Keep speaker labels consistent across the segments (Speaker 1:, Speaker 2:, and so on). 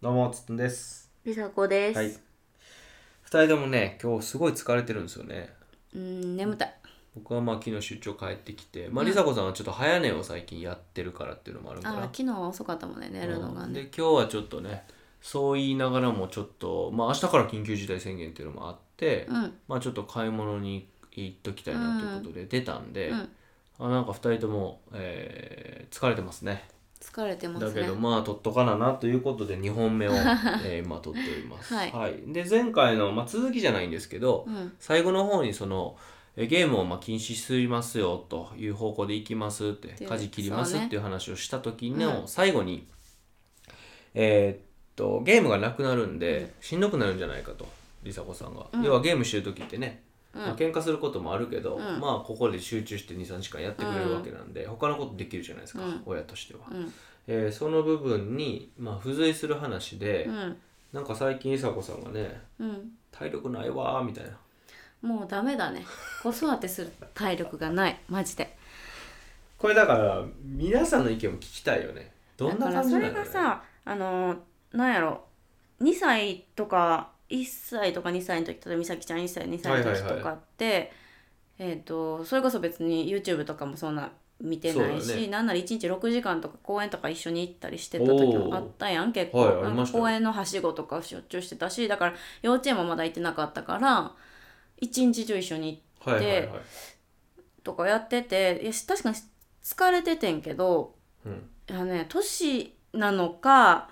Speaker 1: どうもつっとんです
Speaker 2: りさこです、
Speaker 1: はい2人ともね今日すごい疲れてるんですよね
Speaker 2: うーん眠たい
Speaker 1: 僕はまあ昨日出張帰ってきてまあ梨紗子さんはちょっと早寝を最近やってるからっていうのもあるか
Speaker 2: あー
Speaker 1: ら
Speaker 2: 昨日遅かったもんね寝るのが
Speaker 1: うんで
Speaker 2: ね
Speaker 1: 今日はちょっとねそう言いながらもちょっとまあ明日から緊急事態宣言っていうのもあって、
Speaker 2: うん
Speaker 1: まあちょっと買い物に行っときたいなということで出たんで、
Speaker 2: うん
Speaker 1: あなんか2人とも、えー疲れてますね
Speaker 2: 疲れてます
Speaker 1: だ
Speaker 2: ね
Speaker 1: けどまあ取っとかななということで2本目 を、えー今取っております、
Speaker 2: はい
Speaker 1: で前回の、まあ、続きじゃないんですけど、
Speaker 2: うん
Speaker 1: 最後の方にそのえーゲームをまあ禁止しますよという方向でいきますって
Speaker 2: で
Speaker 1: 舵切ります
Speaker 2: そうね
Speaker 1: っていう話をした時
Speaker 2: う
Speaker 1: の最後に、えーっとゲームがなくなるんで、しんどくなるんじゃないかと梨紗子さんが、
Speaker 2: うん
Speaker 1: 要はゲームしてる時ってね、
Speaker 2: うん
Speaker 1: まあ喧嘩することもあるけど、
Speaker 2: うん
Speaker 1: まあここで集中して23時間やってくれるわけなんで、他のことできるじゃないですか、
Speaker 2: うん
Speaker 1: 親としては、
Speaker 2: うん
Speaker 1: えーその部分に、まあ、付随する話で、
Speaker 2: うん
Speaker 1: なんか最近梨紗子さんがね
Speaker 2: うん
Speaker 1: 体力ないわーみたいな
Speaker 2: もうダメだね子育てする体力がないマジで
Speaker 1: これだから皆さんの意見も聞きたいよねどんな感じなの、ね、
Speaker 2: だからそれがさあのなんやろ2歳とか1歳とか2歳の時例えば美咲ちゃん1歳2歳の時とかって、えっ、とそれこそ別に YouTube とかもそんな見てない
Speaker 1: そうだ
Speaker 2: し、
Speaker 1: ね
Speaker 2: なんなら1日6時間とか公園とか一緒に行ったりしてた時もあったやん結構、
Speaker 1: はいあり
Speaker 2: なん
Speaker 1: ま
Speaker 2: か
Speaker 1: したよ
Speaker 2: 公園のはしごとかしょっちゅうしてたしだから幼稚園もまだ行ってなかったから一日中一緒に行っ
Speaker 1: は
Speaker 2: て
Speaker 1: いはいはい、
Speaker 2: とかやってていやし確かに疲れててんけど
Speaker 1: うん、
Speaker 2: いやね年なのか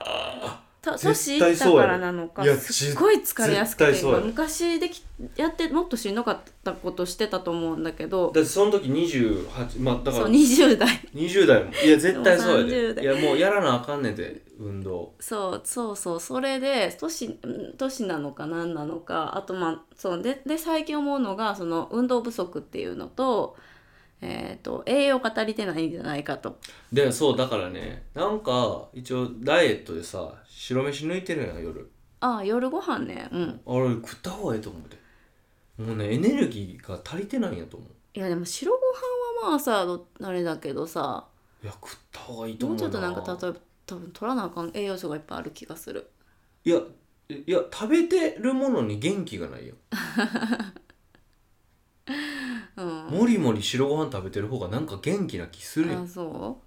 Speaker 2: た年
Speaker 1: 絶
Speaker 2: い
Speaker 1: 対
Speaker 2: った
Speaker 1: そうや
Speaker 2: か
Speaker 1: ろ
Speaker 2: らなのか
Speaker 1: いや
Speaker 2: すっごい疲れやすく
Speaker 1: 絶対
Speaker 2: て
Speaker 1: そうやろ
Speaker 2: 昔できやってもっとしんどかったことしてたと思うんだけど
Speaker 1: だってその時28まあだか
Speaker 2: そ
Speaker 1: ら
Speaker 2: う20代
Speaker 1: 20代もいや絶対そうや
Speaker 2: でも30
Speaker 1: で
Speaker 2: 代
Speaker 1: いやもうやらなあかんねんで運動
Speaker 2: そうそうそうそれで年うん年なのか何なのかあとまあそうでで最近思うのがその運動不足っていうのと,、えー、と栄養が足りてないんじゃないかと
Speaker 1: でそうだからねなんか一応ダイエットでさ白飯抜いてるやん夜
Speaker 2: ああ夜ご飯ねうん
Speaker 1: あれ食った方がええと思うでもうねエネルギーが足りてないんやと思う
Speaker 2: いやでも白ご飯はまあさどあれだけどさ
Speaker 1: いや食った方がいいと
Speaker 2: も
Speaker 1: 思う
Speaker 2: うちょっとなんか
Speaker 1: た
Speaker 2: 例えば多分取らなあかん栄養素がいっぱいある気がする
Speaker 1: いやえいや食べてるものに元気がないよ
Speaker 2: うん
Speaker 1: もりもり白ご飯食べてる方がなんか元気な気するよ
Speaker 2: あ、そう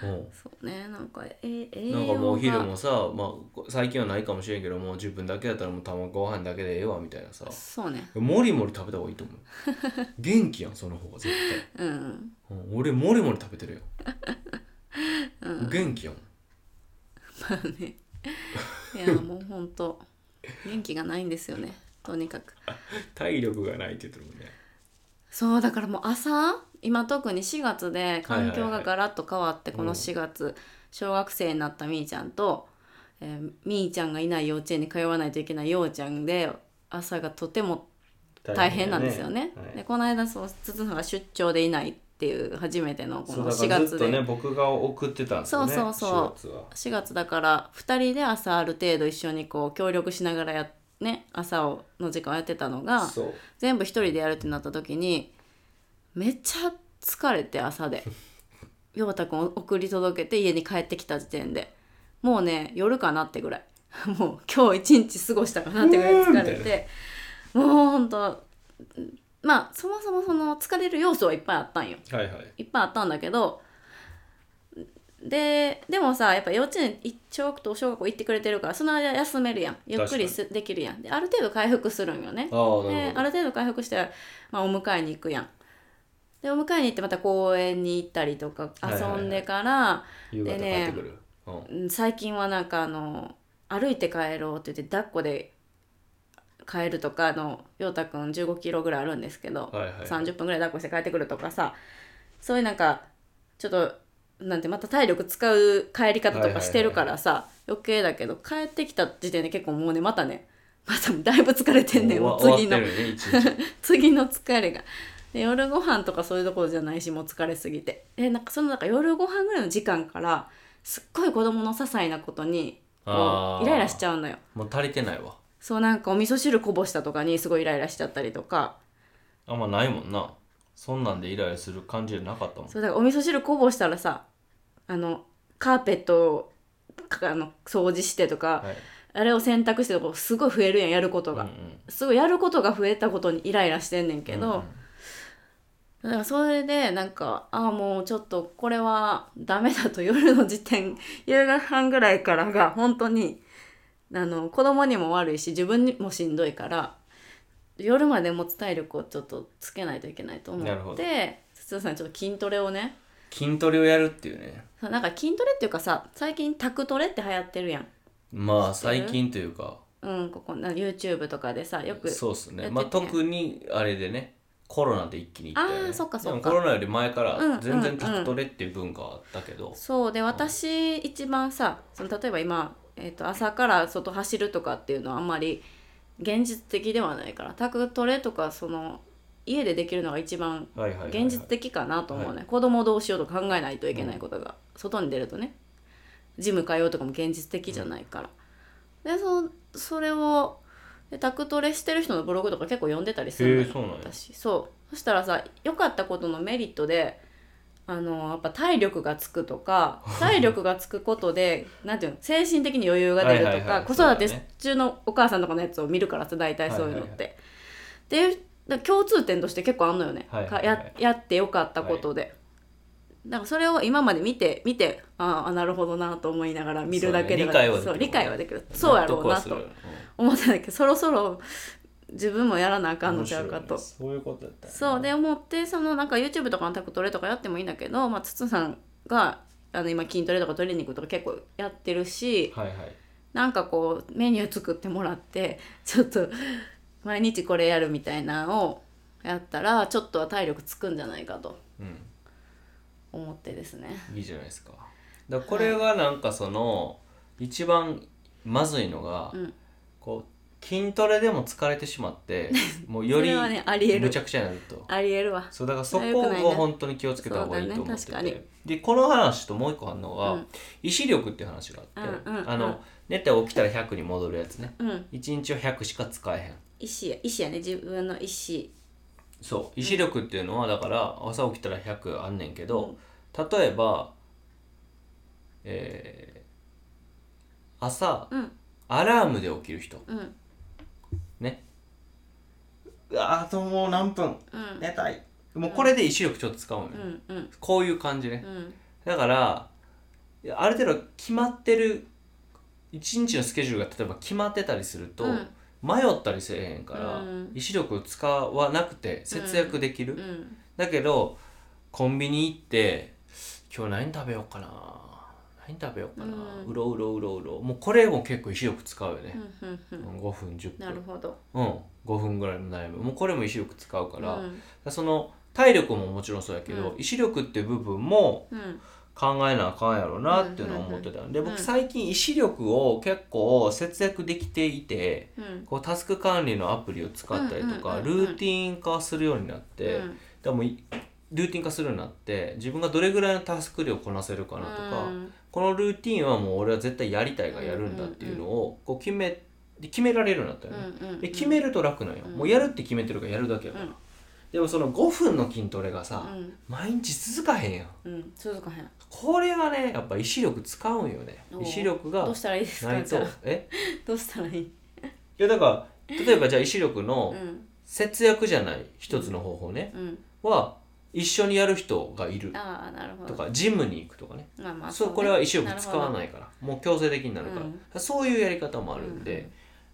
Speaker 1: うん
Speaker 2: そうねなんかえ栄養
Speaker 1: な
Speaker 2: が
Speaker 1: んかもうお昼もさ、まあ、最近はないかもしれんけどもう10分だけだったらもう卵ご飯だけでええわみたいなさ
Speaker 2: そうね
Speaker 1: もりもり食べた方がいいと 思う元気やんその方が絶
Speaker 2: うん
Speaker 1: 対、うん、俺もりもり食べてるよ、元気やもん
Speaker 2: まあねいやもうほんと元気がないんですよねとにかく
Speaker 1: 体力がないって言ってるもんね
Speaker 2: そうだからもう朝今特に4月で環境がガラッと変わって、
Speaker 1: はいはいはい
Speaker 2: この4月小学生になったみーちゃんと、えーみーちゃんがいない幼稚園に通わないといけないようちゃんで朝がとても大変なんですよね。
Speaker 1: はい
Speaker 2: でこの間そう筒さんが出張でいないっていう初めてのこ
Speaker 1: そう
Speaker 2: の
Speaker 1: だか
Speaker 2: 4
Speaker 1: らず
Speaker 2: 月
Speaker 1: っとね
Speaker 2: で。
Speaker 1: 僕が送ってたんですよね
Speaker 2: そうそう
Speaker 1: 4月
Speaker 2: そう
Speaker 1: は
Speaker 2: 4月だから2人で朝ある程度一緒にこう協力しながらやね朝をの時間をやってたのが
Speaker 1: そう
Speaker 2: 全部1人でやるってなった時にめっちゃ疲れて朝で陽太くんを送り届けて家に帰ってきた時点でもうね夜かなってぐらい もう今日一日過ごしたかなってぐらい疲れてもうほんとまあそもそもその疲れる要素はいっぱいあったんよ
Speaker 1: はいはい
Speaker 2: いっぱいあったんだけどででもさやっぱ幼稚園い小学校小学校行ってくれてるからその間休めるやんゆっくりすできるやんである程度回復するんよね
Speaker 1: ああな
Speaker 2: で
Speaker 1: るほ
Speaker 2: ある程度回復したら、まあ、お迎えに行くやんでお迎えに行ってまた公園に行ったりとか
Speaker 1: はいはいはい
Speaker 2: 遊んでから、
Speaker 1: ど夕方帰ってくる、うん
Speaker 2: うん最近はなんかあの歩いて帰ろうって言って抱っこで帰るとかあの陽太くん1 5キロぐらいあるんですけど、
Speaker 1: はいは い
Speaker 2: 30分ぐらい抱っこして帰ってくるとかさそういうなんかちょっとなんてまた体力使う帰り方とかしてるからさ、余計だけど帰ってきた時点で結構もうねまたねまただいぶ疲れてんねんもう
Speaker 1: 終わ
Speaker 2: 次の
Speaker 1: 終わってるよね一日
Speaker 2: 次の疲れがで夜ご飯とかそういうところじゃないしもう疲れすぎてでなんかそのなんか夜ご飯ぐらいの時間からすっごい子供の些細なことにこ
Speaker 1: あー
Speaker 2: うイライラしちゃうのよ
Speaker 1: もう足りてないわ
Speaker 2: そうなんかお味噌汁こぼしたとかにすごいイライラしちゃったりとか
Speaker 1: あんまないもんなそんなんでイライラする感じじゃなかったもん
Speaker 2: そうだからお味噌汁こぼしたらさあのカーペットかあの掃除してとか、
Speaker 1: はい
Speaker 2: あれを洗濯してとかすごい増えるやんやること
Speaker 1: うんう
Speaker 2: が、
Speaker 1: ん
Speaker 2: すごいやることが増えたことにイライラしてんねんけど、
Speaker 1: うんうん
Speaker 2: だからそれでなんかああもうちょっとこれはダメだと夜の時点夕方半ぐらいからが本当にあの子供にも悪いし自分にもしんどいから夜まで持つ体力をちょっとつけないといけないと思
Speaker 1: なるほど
Speaker 2: って筒さんちょっと筋トレをね
Speaker 1: 筋トレをやるっていうね
Speaker 2: そうなんか筋トレっていうかさ最近タクトレって流行ってるやん。
Speaker 1: まあ
Speaker 2: 知ってる
Speaker 1: 最近というか
Speaker 2: うん、ここな YouTube とかでさよく
Speaker 1: そうっすね
Speaker 2: やってて
Speaker 1: まあ特にあれでねコロナで一気に行ったよ、ね、
Speaker 2: あーそっかそっか
Speaker 1: でもコロナより前か
Speaker 2: うんうんう
Speaker 1: ら
Speaker 2: ん
Speaker 1: 全然タクトレっていう文化はあったけど、
Speaker 2: そうで私一番さその例えば今、えー、と朝から外走るとかっていうのはあんまり現実的ではないからタクトレとかその家でできるのが一番
Speaker 1: はいはいはいはい
Speaker 2: 現実的かなと思うね、
Speaker 1: は
Speaker 2: 子供どうしようとか考えないといけないことが、外に出るとねジム通うとかも現実的じゃないから、でそそれをでタクトレしてる人のブログとか結構読んでたりするのよ
Speaker 1: へえそうなんや
Speaker 2: 私そうそしたらさ良かったことのメリットであのやっぱ体力がつく とか体力がつくことでなんていうの精神的に余裕が出るとか、
Speaker 1: はいはいはい
Speaker 2: 子
Speaker 1: そうだ
Speaker 2: 育
Speaker 1: ね
Speaker 2: て中のお母さんとかのやつを見るからさ大体そういうのって。
Speaker 1: はいはい
Speaker 2: でだ共通点として結構あんのよね、
Speaker 1: はいはいはい
Speaker 2: かややってよかったことで、なんかそれを今まで見て見てああなるほどなと思いながら見るだけでは
Speaker 1: そうね
Speaker 2: そう理
Speaker 1: 理
Speaker 2: 解
Speaker 1: 解
Speaker 2: は
Speaker 1: は
Speaker 2: できるそうやろうな
Speaker 1: 納得は
Speaker 2: と思ってたんだけどそろそろ自分もやらなあ
Speaker 1: する
Speaker 2: かんのちゃうかと、
Speaker 1: 面白いねそういうことだったね
Speaker 2: そうで思ってそのなんか YouTube とかのタクトレとかやってもいいんだけど、まあ、つつさんがあの今筋トレとかトレーニングとか結構やってるし
Speaker 1: はいはい
Speaker 2: なんかこうメニュー作ってもらってちょっと毎日これやるみたいなのをやったらちょっとは体力つくんじゃないかと
Speaker 1: うん
Speaker 2: 思ってですね
Speaker 1: いいじゃないですかだからこれがなんかその一番まずいのが、
Speaker 2: うん
Speaker 1: こう筋トレでも疲れてしまって もうより
Speaker 2: それはねありえる
Speaker 1: むちゃくちゃになると
Speaker 2: ありえるわ
Speaker 1: そうだからそこ
Speaker 2: それは良くないね
Speaker 1: を本当に気をつけた方がいいと思って
Speaker 2: そ
Speaker 1: て、
Speaker 2: うだね確
Speaker 1: でこの話ともう一個あるのが、
Speaker 2: うん
Speaker 1: 意志力っていう話があって、
Speaker 2: うんうんうん
Speaker 1: あの寝て起きたら100に戻るやつね
Speaker 2: うん
Speaker 1: 1日は100しか使えへん
Speaker 2: 意思や意思やね自分の意思
Speaker 1: そう意志力っていうのはだから朝起きたら100あんねんけど、例えばえー朝、
Speaker 2: うん
Speaker 1: アラームで起きる人
Speaker 2: うん
Speaker 1: ねあともう何分
Speaker 2: うん
Speaker 1: 寝たいもうこれで意志力ちょっと使うのよ、
Speaker 2: うんうん
Speaker 1: こういう感じね
Speaker 2: うん
Speaker 1: だからいやある程度決まってる一日のスケジュールが例えば決まってたりすると、
Speaker 2: うん
Speaker 1: 迷ったりせえへんから、
Speaker 2: うん
Speaker 1: 意志力を使わなくて節約できる、
Speaker 2: うん
Speaker 1: だけどコンビニ行って今日何食べようかな何食べようかな、
Speaker 2: うん
Speaker 1: うろうろうろうろもうこれも結構意志力使うよね
Speaker 2: う、んうんうん
Speaker 1: 5分10
Speaker 2: なる
Speaker 1: 分、
Speaker 2: ほど
Speaker 1: うん、5分ぐらいの悩みもうこれも意志力使うか,、
Speaker 2: からうん
Speaker 1: その体力ももちろんそうやけど、意志力っていう部分も
Speaker 2: うん
Speaker 1: 考えなあかんやろなっていうのは思ってたんで
Speaker 2: うんうんうん
Speaker 1: 僕最近意志力を結構節約できていて
Speaker 2: うん
Speaker 1: こうタスク管理のアプリを使ったりとか
Speaker 2: うんうんうんうん
Speaker 1: ルーティン化するようになって
Speaker 2: うん
Speaker 1: でもいルーティン化するようになって自分がどれぐらいのタスク量こなせるかなと
Speaker 2: う
Speaker 1: か
Speaker 2: ん
Speaker 1: このルーティンはもう俺は絶対やりたいからやるんだっていうのをこう決め決められるようになったよね。
Speaker 2: うんうん
Speaker 1: で決めると楽なんよ
Speaker 2: うん
Speaker 1: もうやるって決めてるからやるだけやか
Speaker 2: うん
Speaker 1: らでもその5分の筋トレが
Speaker 2: う
Speaker 1: さ
Speaker 2: ん
Speaker 1: 毎日続かへんやん
Speaker 2: うん続かへん
Speaker 1: これがねやっぱ意志力使うんよね
Speaker 2: おう
Speaker 1: 意志力が
Speaker 2: どうしたらいいです
Speaker 1: な
Speaker 2: か
Speaker 1: い
Speaker 2: じ
Speaker 1: と
Speaker 2: ゃあ
Speaker 1: え
Speaker 2: どうしたら いい
Speaker 1: いやだから例えばじゃあ意志力の
Speaker 2: うん
Speaker 1: 節約じゃない一つの方法ね
Speaker 2: うん
Speaker 1: は一緒にやる人がいる
Speaker 2: ああなるほど
Speaker 1: とかジムに行くとかね
Speaker 2: まあまあ
Speaker 1: そう
Speaker 2: ね
Speaker 1: これは意志力使わ
Speaker 2: な
Speaker 1: な
Speaker 2: る
Speaker 1: いからもう強制的になるから、
Speaker 2: うん
Speaker 1: そういうやり方もあるんで、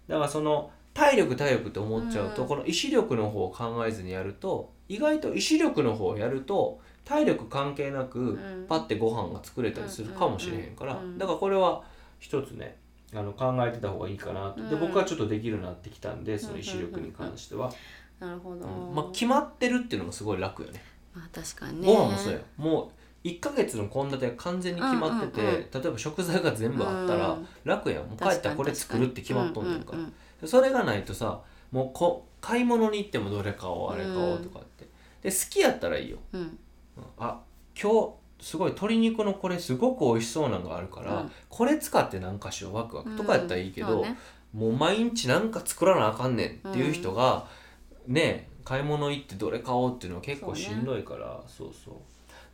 Speaker 1: だからその体力体力って思っちゃうと、
Speaker 2: うん
Speaker 1: この意志力の方を考えずにやると意外と意志力の方をやると体力関係なく
Speaker 2: ん
Speaker 1: パッてご飯が作れたりするかもしれへんから、
Speaker 2: うんうんうん
Speaker 1: だからこれは一つねあの考えてた方がいいかなと、
Speaker 2: う
Speaker 1: で
Speaker 2: ん
Speaker 1: 僕はちょっとできるようになってきたんでその意志力に関しては、
Speaker 2: ほどなるほど
Speaker 1: うんまあ、決まってるっていうのもすごい楽よね
Speaker 2: まあ確かにね
Speaker 1: ご飯もそうやもう1ヶ月の献立が完全に決まってて、
Speaker 2: うんうんう
Speaker 1: 例えば食材が全部あった
Speaker 2: う
Speaker 1: ら
Speaker 2: ん
Speaker 1: 楽やんもう帰ったらこれ作るって決まっとんねんから、
Speaker 2: うう
Speaker 1: それがないとさもうこ買い物に行ってもどれ買おうあれ買おうとかって、で好きやったらいいよ
Speaker 2: うんうん
Speaker 1: うんあ今日すごい鶏肉のこれすごく美味しそうなのがあるから、
Speaker 2: うん
Speaker 1: これ使ってなんかしようワクワクとかやったらいいけ
Speaker 2: うん
Speaker 1: ど、
Speaker 2: そうね
Speaker 1: もう毎日なんか作らなあかんねんっていう人が、ね買い物行ってどれ買おうっていうのは結構しんどいからそう,、そ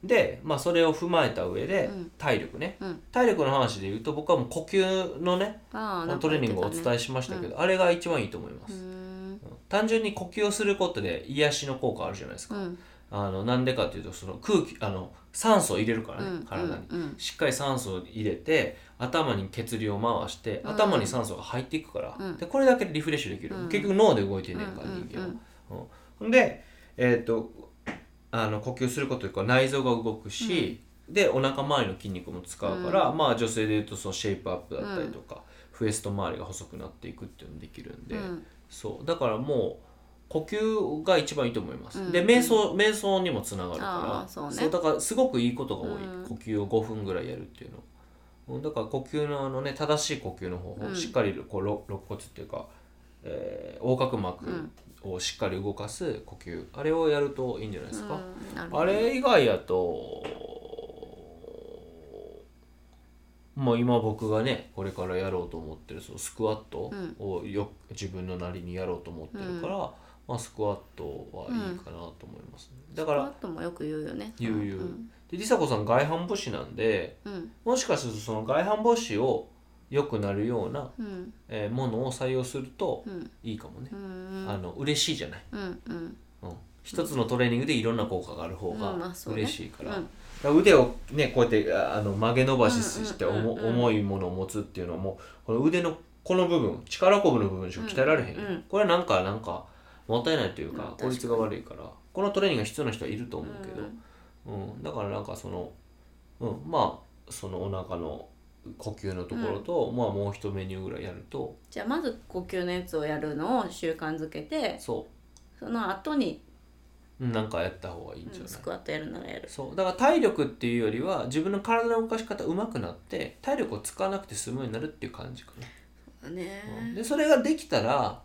Speaker 1: うで、まあ、それを踏まえた上で、
Speaker 2: うん
Speaker 1: 体力ね、
Speaker 2: うん
Speaker 1: 体力の話で言うと僕はもう呼吸のね
Speaker 2: ああなんか
Speaker 1: トレーニングをお
Speaker 2: 言って
Speaker 1: 伝えしましたけど、あれが一番いいと思いま
Speaker 2: たね
Speaker 1: す、
Speaker 2: う
Speaker 1: 単純に呼吸をすることで癒しの効果あるじゃないですか、
Speaker 2: ーんうん
Speaker 1: あのなんでかっていうとその空気あの酸素を入れるからね、
Speaker 2: うん
Speaker 1: 体に、
Speaker 2: うんうん
Speaker 1: しっかり酸素を入れて頭に血流を回して
Speaker 2: うん
Speaker 1: 頭に酸素が入っていくから、
Speaker 2: うん
Speaker 1: でこれだけでリフレッシュできる、
Speaker 2: うん
Speaker 1: 結局脳で動いてんねんから、
Speaker 2: うん
Speaker 1: 人間は、うんほんで、えー、とあの呼吸することでこう内臓が動くし、でお腹周りの筋肉も使うから、まあ女性でいうとそのシェイプアップだったりとか、フエスト周りが細くなっていくっていうのもできるんで、
Speaker 2: うん
Speaker 1: そうだからもう呼吸が一番いいと思います、
Speaker 2: うん
Speaker 1: で瞑想瞑想にもつながる
Speaker 2: あ
Speaker 1: か
Speaker 2: ー
Speaker 1: ら
Speaker 2: そうね
Speaker 1: だからすごくいいことが多い、
Speaker 2: うん
Speaker 1: 呼吸を5分ぐらいやるっていうのうんだから呼吸のあのね正しい呼吸の方法、
Speaker 2: うん
Speaker 1: しっかりこうろ肋骨っていうか、えー横隔膜
Speaker 2: うん
Speaker 1: をしっかり動かす呼吸、あれをやるといいんじゃないですか、
Speaker 2: うんなるほど
Speaker 1: あれ以外やとまあ今僕がねこれからやろうと思ってるそのスクワットをよく自分のなりにやろうと思ってるから、まあ、スクワットはいいかなと思いますね、だか
Speaker 2: スクワ
Speaker 1: ら
Speaker 2: ットもよく言うよね
Speaker 1: 言う言う
Speaker 2: うん
Speaker 1: で梨紗子さん外反母趾なんで
Speaker 2: うん
Speaker 1: もしかするとその外反母趾を良くなるような、
Speaker 2: うん
Speaker 1: えーものを採用すると
Speaker 2: うん
Speaker 1: いいかもね
Speaker 2: う、ん
Speaker 1: あの嬉しいじゃない、
Speaker 2: うんうん
Speaker 1: うん、一つのトレーニングでいろんな効果がある方が
Speaker 2: うんまあそうね
Speaker 1: 嬉しいから、
Speaker 2: うん
Speaker 1: だから腕をねこうやってああの曲げ伸ばしして
Speaker 2: うんうん
Speaker 1: 重,、
Speaker 2: うんうん
Speaker 1: 重いものを持つっていうのはもうこの腕のこの部分力こぶの部分しか鍛えられへんよ、
Speaker 2: うんうん
Speaker 1: これはなんかなんかもったいないというか、
Speaker 2: まあ確か
Speaker 1: 効
Speaker 2: に
Speaker 1: 率が悪いからこのトレーニングが必要な人はいると思うけど
Speaker 2: う、ん
Speaker 1: うんだからなんかその、うん、まあそのお腹の呼吸のところと、まあもう一メニューぐらいやると
Speaker 2: じゃあまず呼吸のやつをやるのを習慣づけて
Speaker 1: そ
Speaker 2: その後に
Speaker 1: ううんなんかやった方がいいんじゃ
Speaker 2: う
Speaker 1: なんい、
Speaker 2: スクワットやるならやる
Speaker 1: そうだから体力っていうよりは自分の体の動かし方上手くなって体力を使わなくて済むようになるっていう感じか
Speaker 2: ね
Speaker 1: な、でそれができたら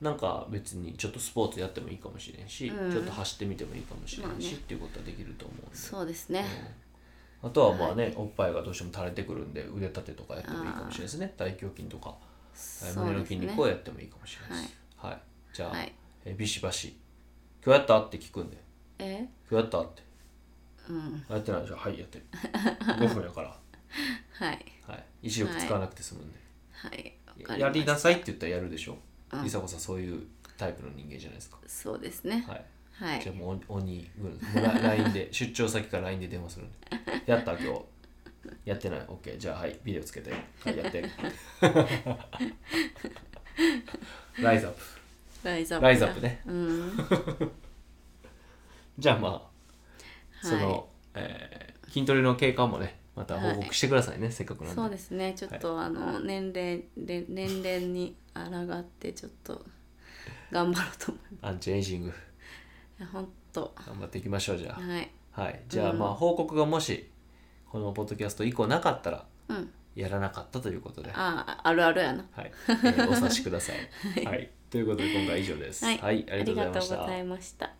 Speaker 1: なんか別にちょっとスポーツやってもいいかもしれんし、
Speaker 2: うん
Speaker 1: ちょっと走ってみてもいいかもしれんし、
Speaker 2: まあね
Speaker 1: っていうことはできると思うんで
Speaker 2: そうですね
Speaker 1: あとはまあね、おっぱいがどうしても垂れてくるんで腕立てとかやってもいいかもしれないですね大胸筋とか、えー
Speaker 2: そう
Speaker 1: 胸の
Speaker 2: です
Speaker 1: 筋
Speaker 2: ね
Speaker 1: 肉をやってもいいかもしれないですはい、じゃあ、
Speaker 2: はい
Speaker 1: えービシバシ「今日やった?」って聞くんで
Speaker 2: え
Speaker 1: 「今日やった?」って
Speaker 2: うん
Speaker 1: 「やってないでしょはいや ってる5分やから」
Speaker 2: はい
Speaker 1: はい、意志力使わなくて済むんで、
Speaker 2: はいわか
Speaker 1: ややり
Speaker 2: ました
Speaker 1: なさいって言ったらやるでしょ、
Speaker 2: うん
Speaker 1: 梨紗子さんそういうタイプの人間じゃないですか、
Speaker 2: そうですね
Speaker 1: はい
Speaker 2: はい
Speaker 1: じゃあもうお鬼軍もうラ LINE で出張先から LINE で電話するんで「やった今日やってない OK じゃあはいビデオつけてはいやって」 ライズアップ
Speaker 2: ライズアップ
Speaker 1: ライズアップね
Speaker 2: うん
Speaker 1: じゃあまあその、
Speaker 2: は
Speaker 1: えー筋トレの経過もねまた報告してくださいね、せっかくなんで
Speaker 2: そうですねちょっと、あの年齢で年齢に抗ってちょっと頑張ろうと思いま
Speaker 1: アンチエイジング
Speaker 2: すいや本当
Speaker 1: 頑張っていきましょうじゃあ
Speaker 2: はい
Speaker 1: はい、じゃあまあ報告がもしこのポッドキャスト以降なかったら
Speaker 2: うん
Speaker 1: やらなかったということで、は
Speaker 2: ああるあるやない
Speaker 1: え ーお察しください。はい、ということで今回は以上です。
Speaker 2: はい
Speaker 1: はい、あ
Speaker 2: あ
Speaker 1: り
Speaker 2: り
Speaker 1: が
Speaker 2: が
Speaker 1: とうござい
Speaker 2: と
Speaker 1: ま
Speaker 2: う
Speaker 1: し
Speaker 2: ご
Speaker 1: た
Speaker 2: ざ。いました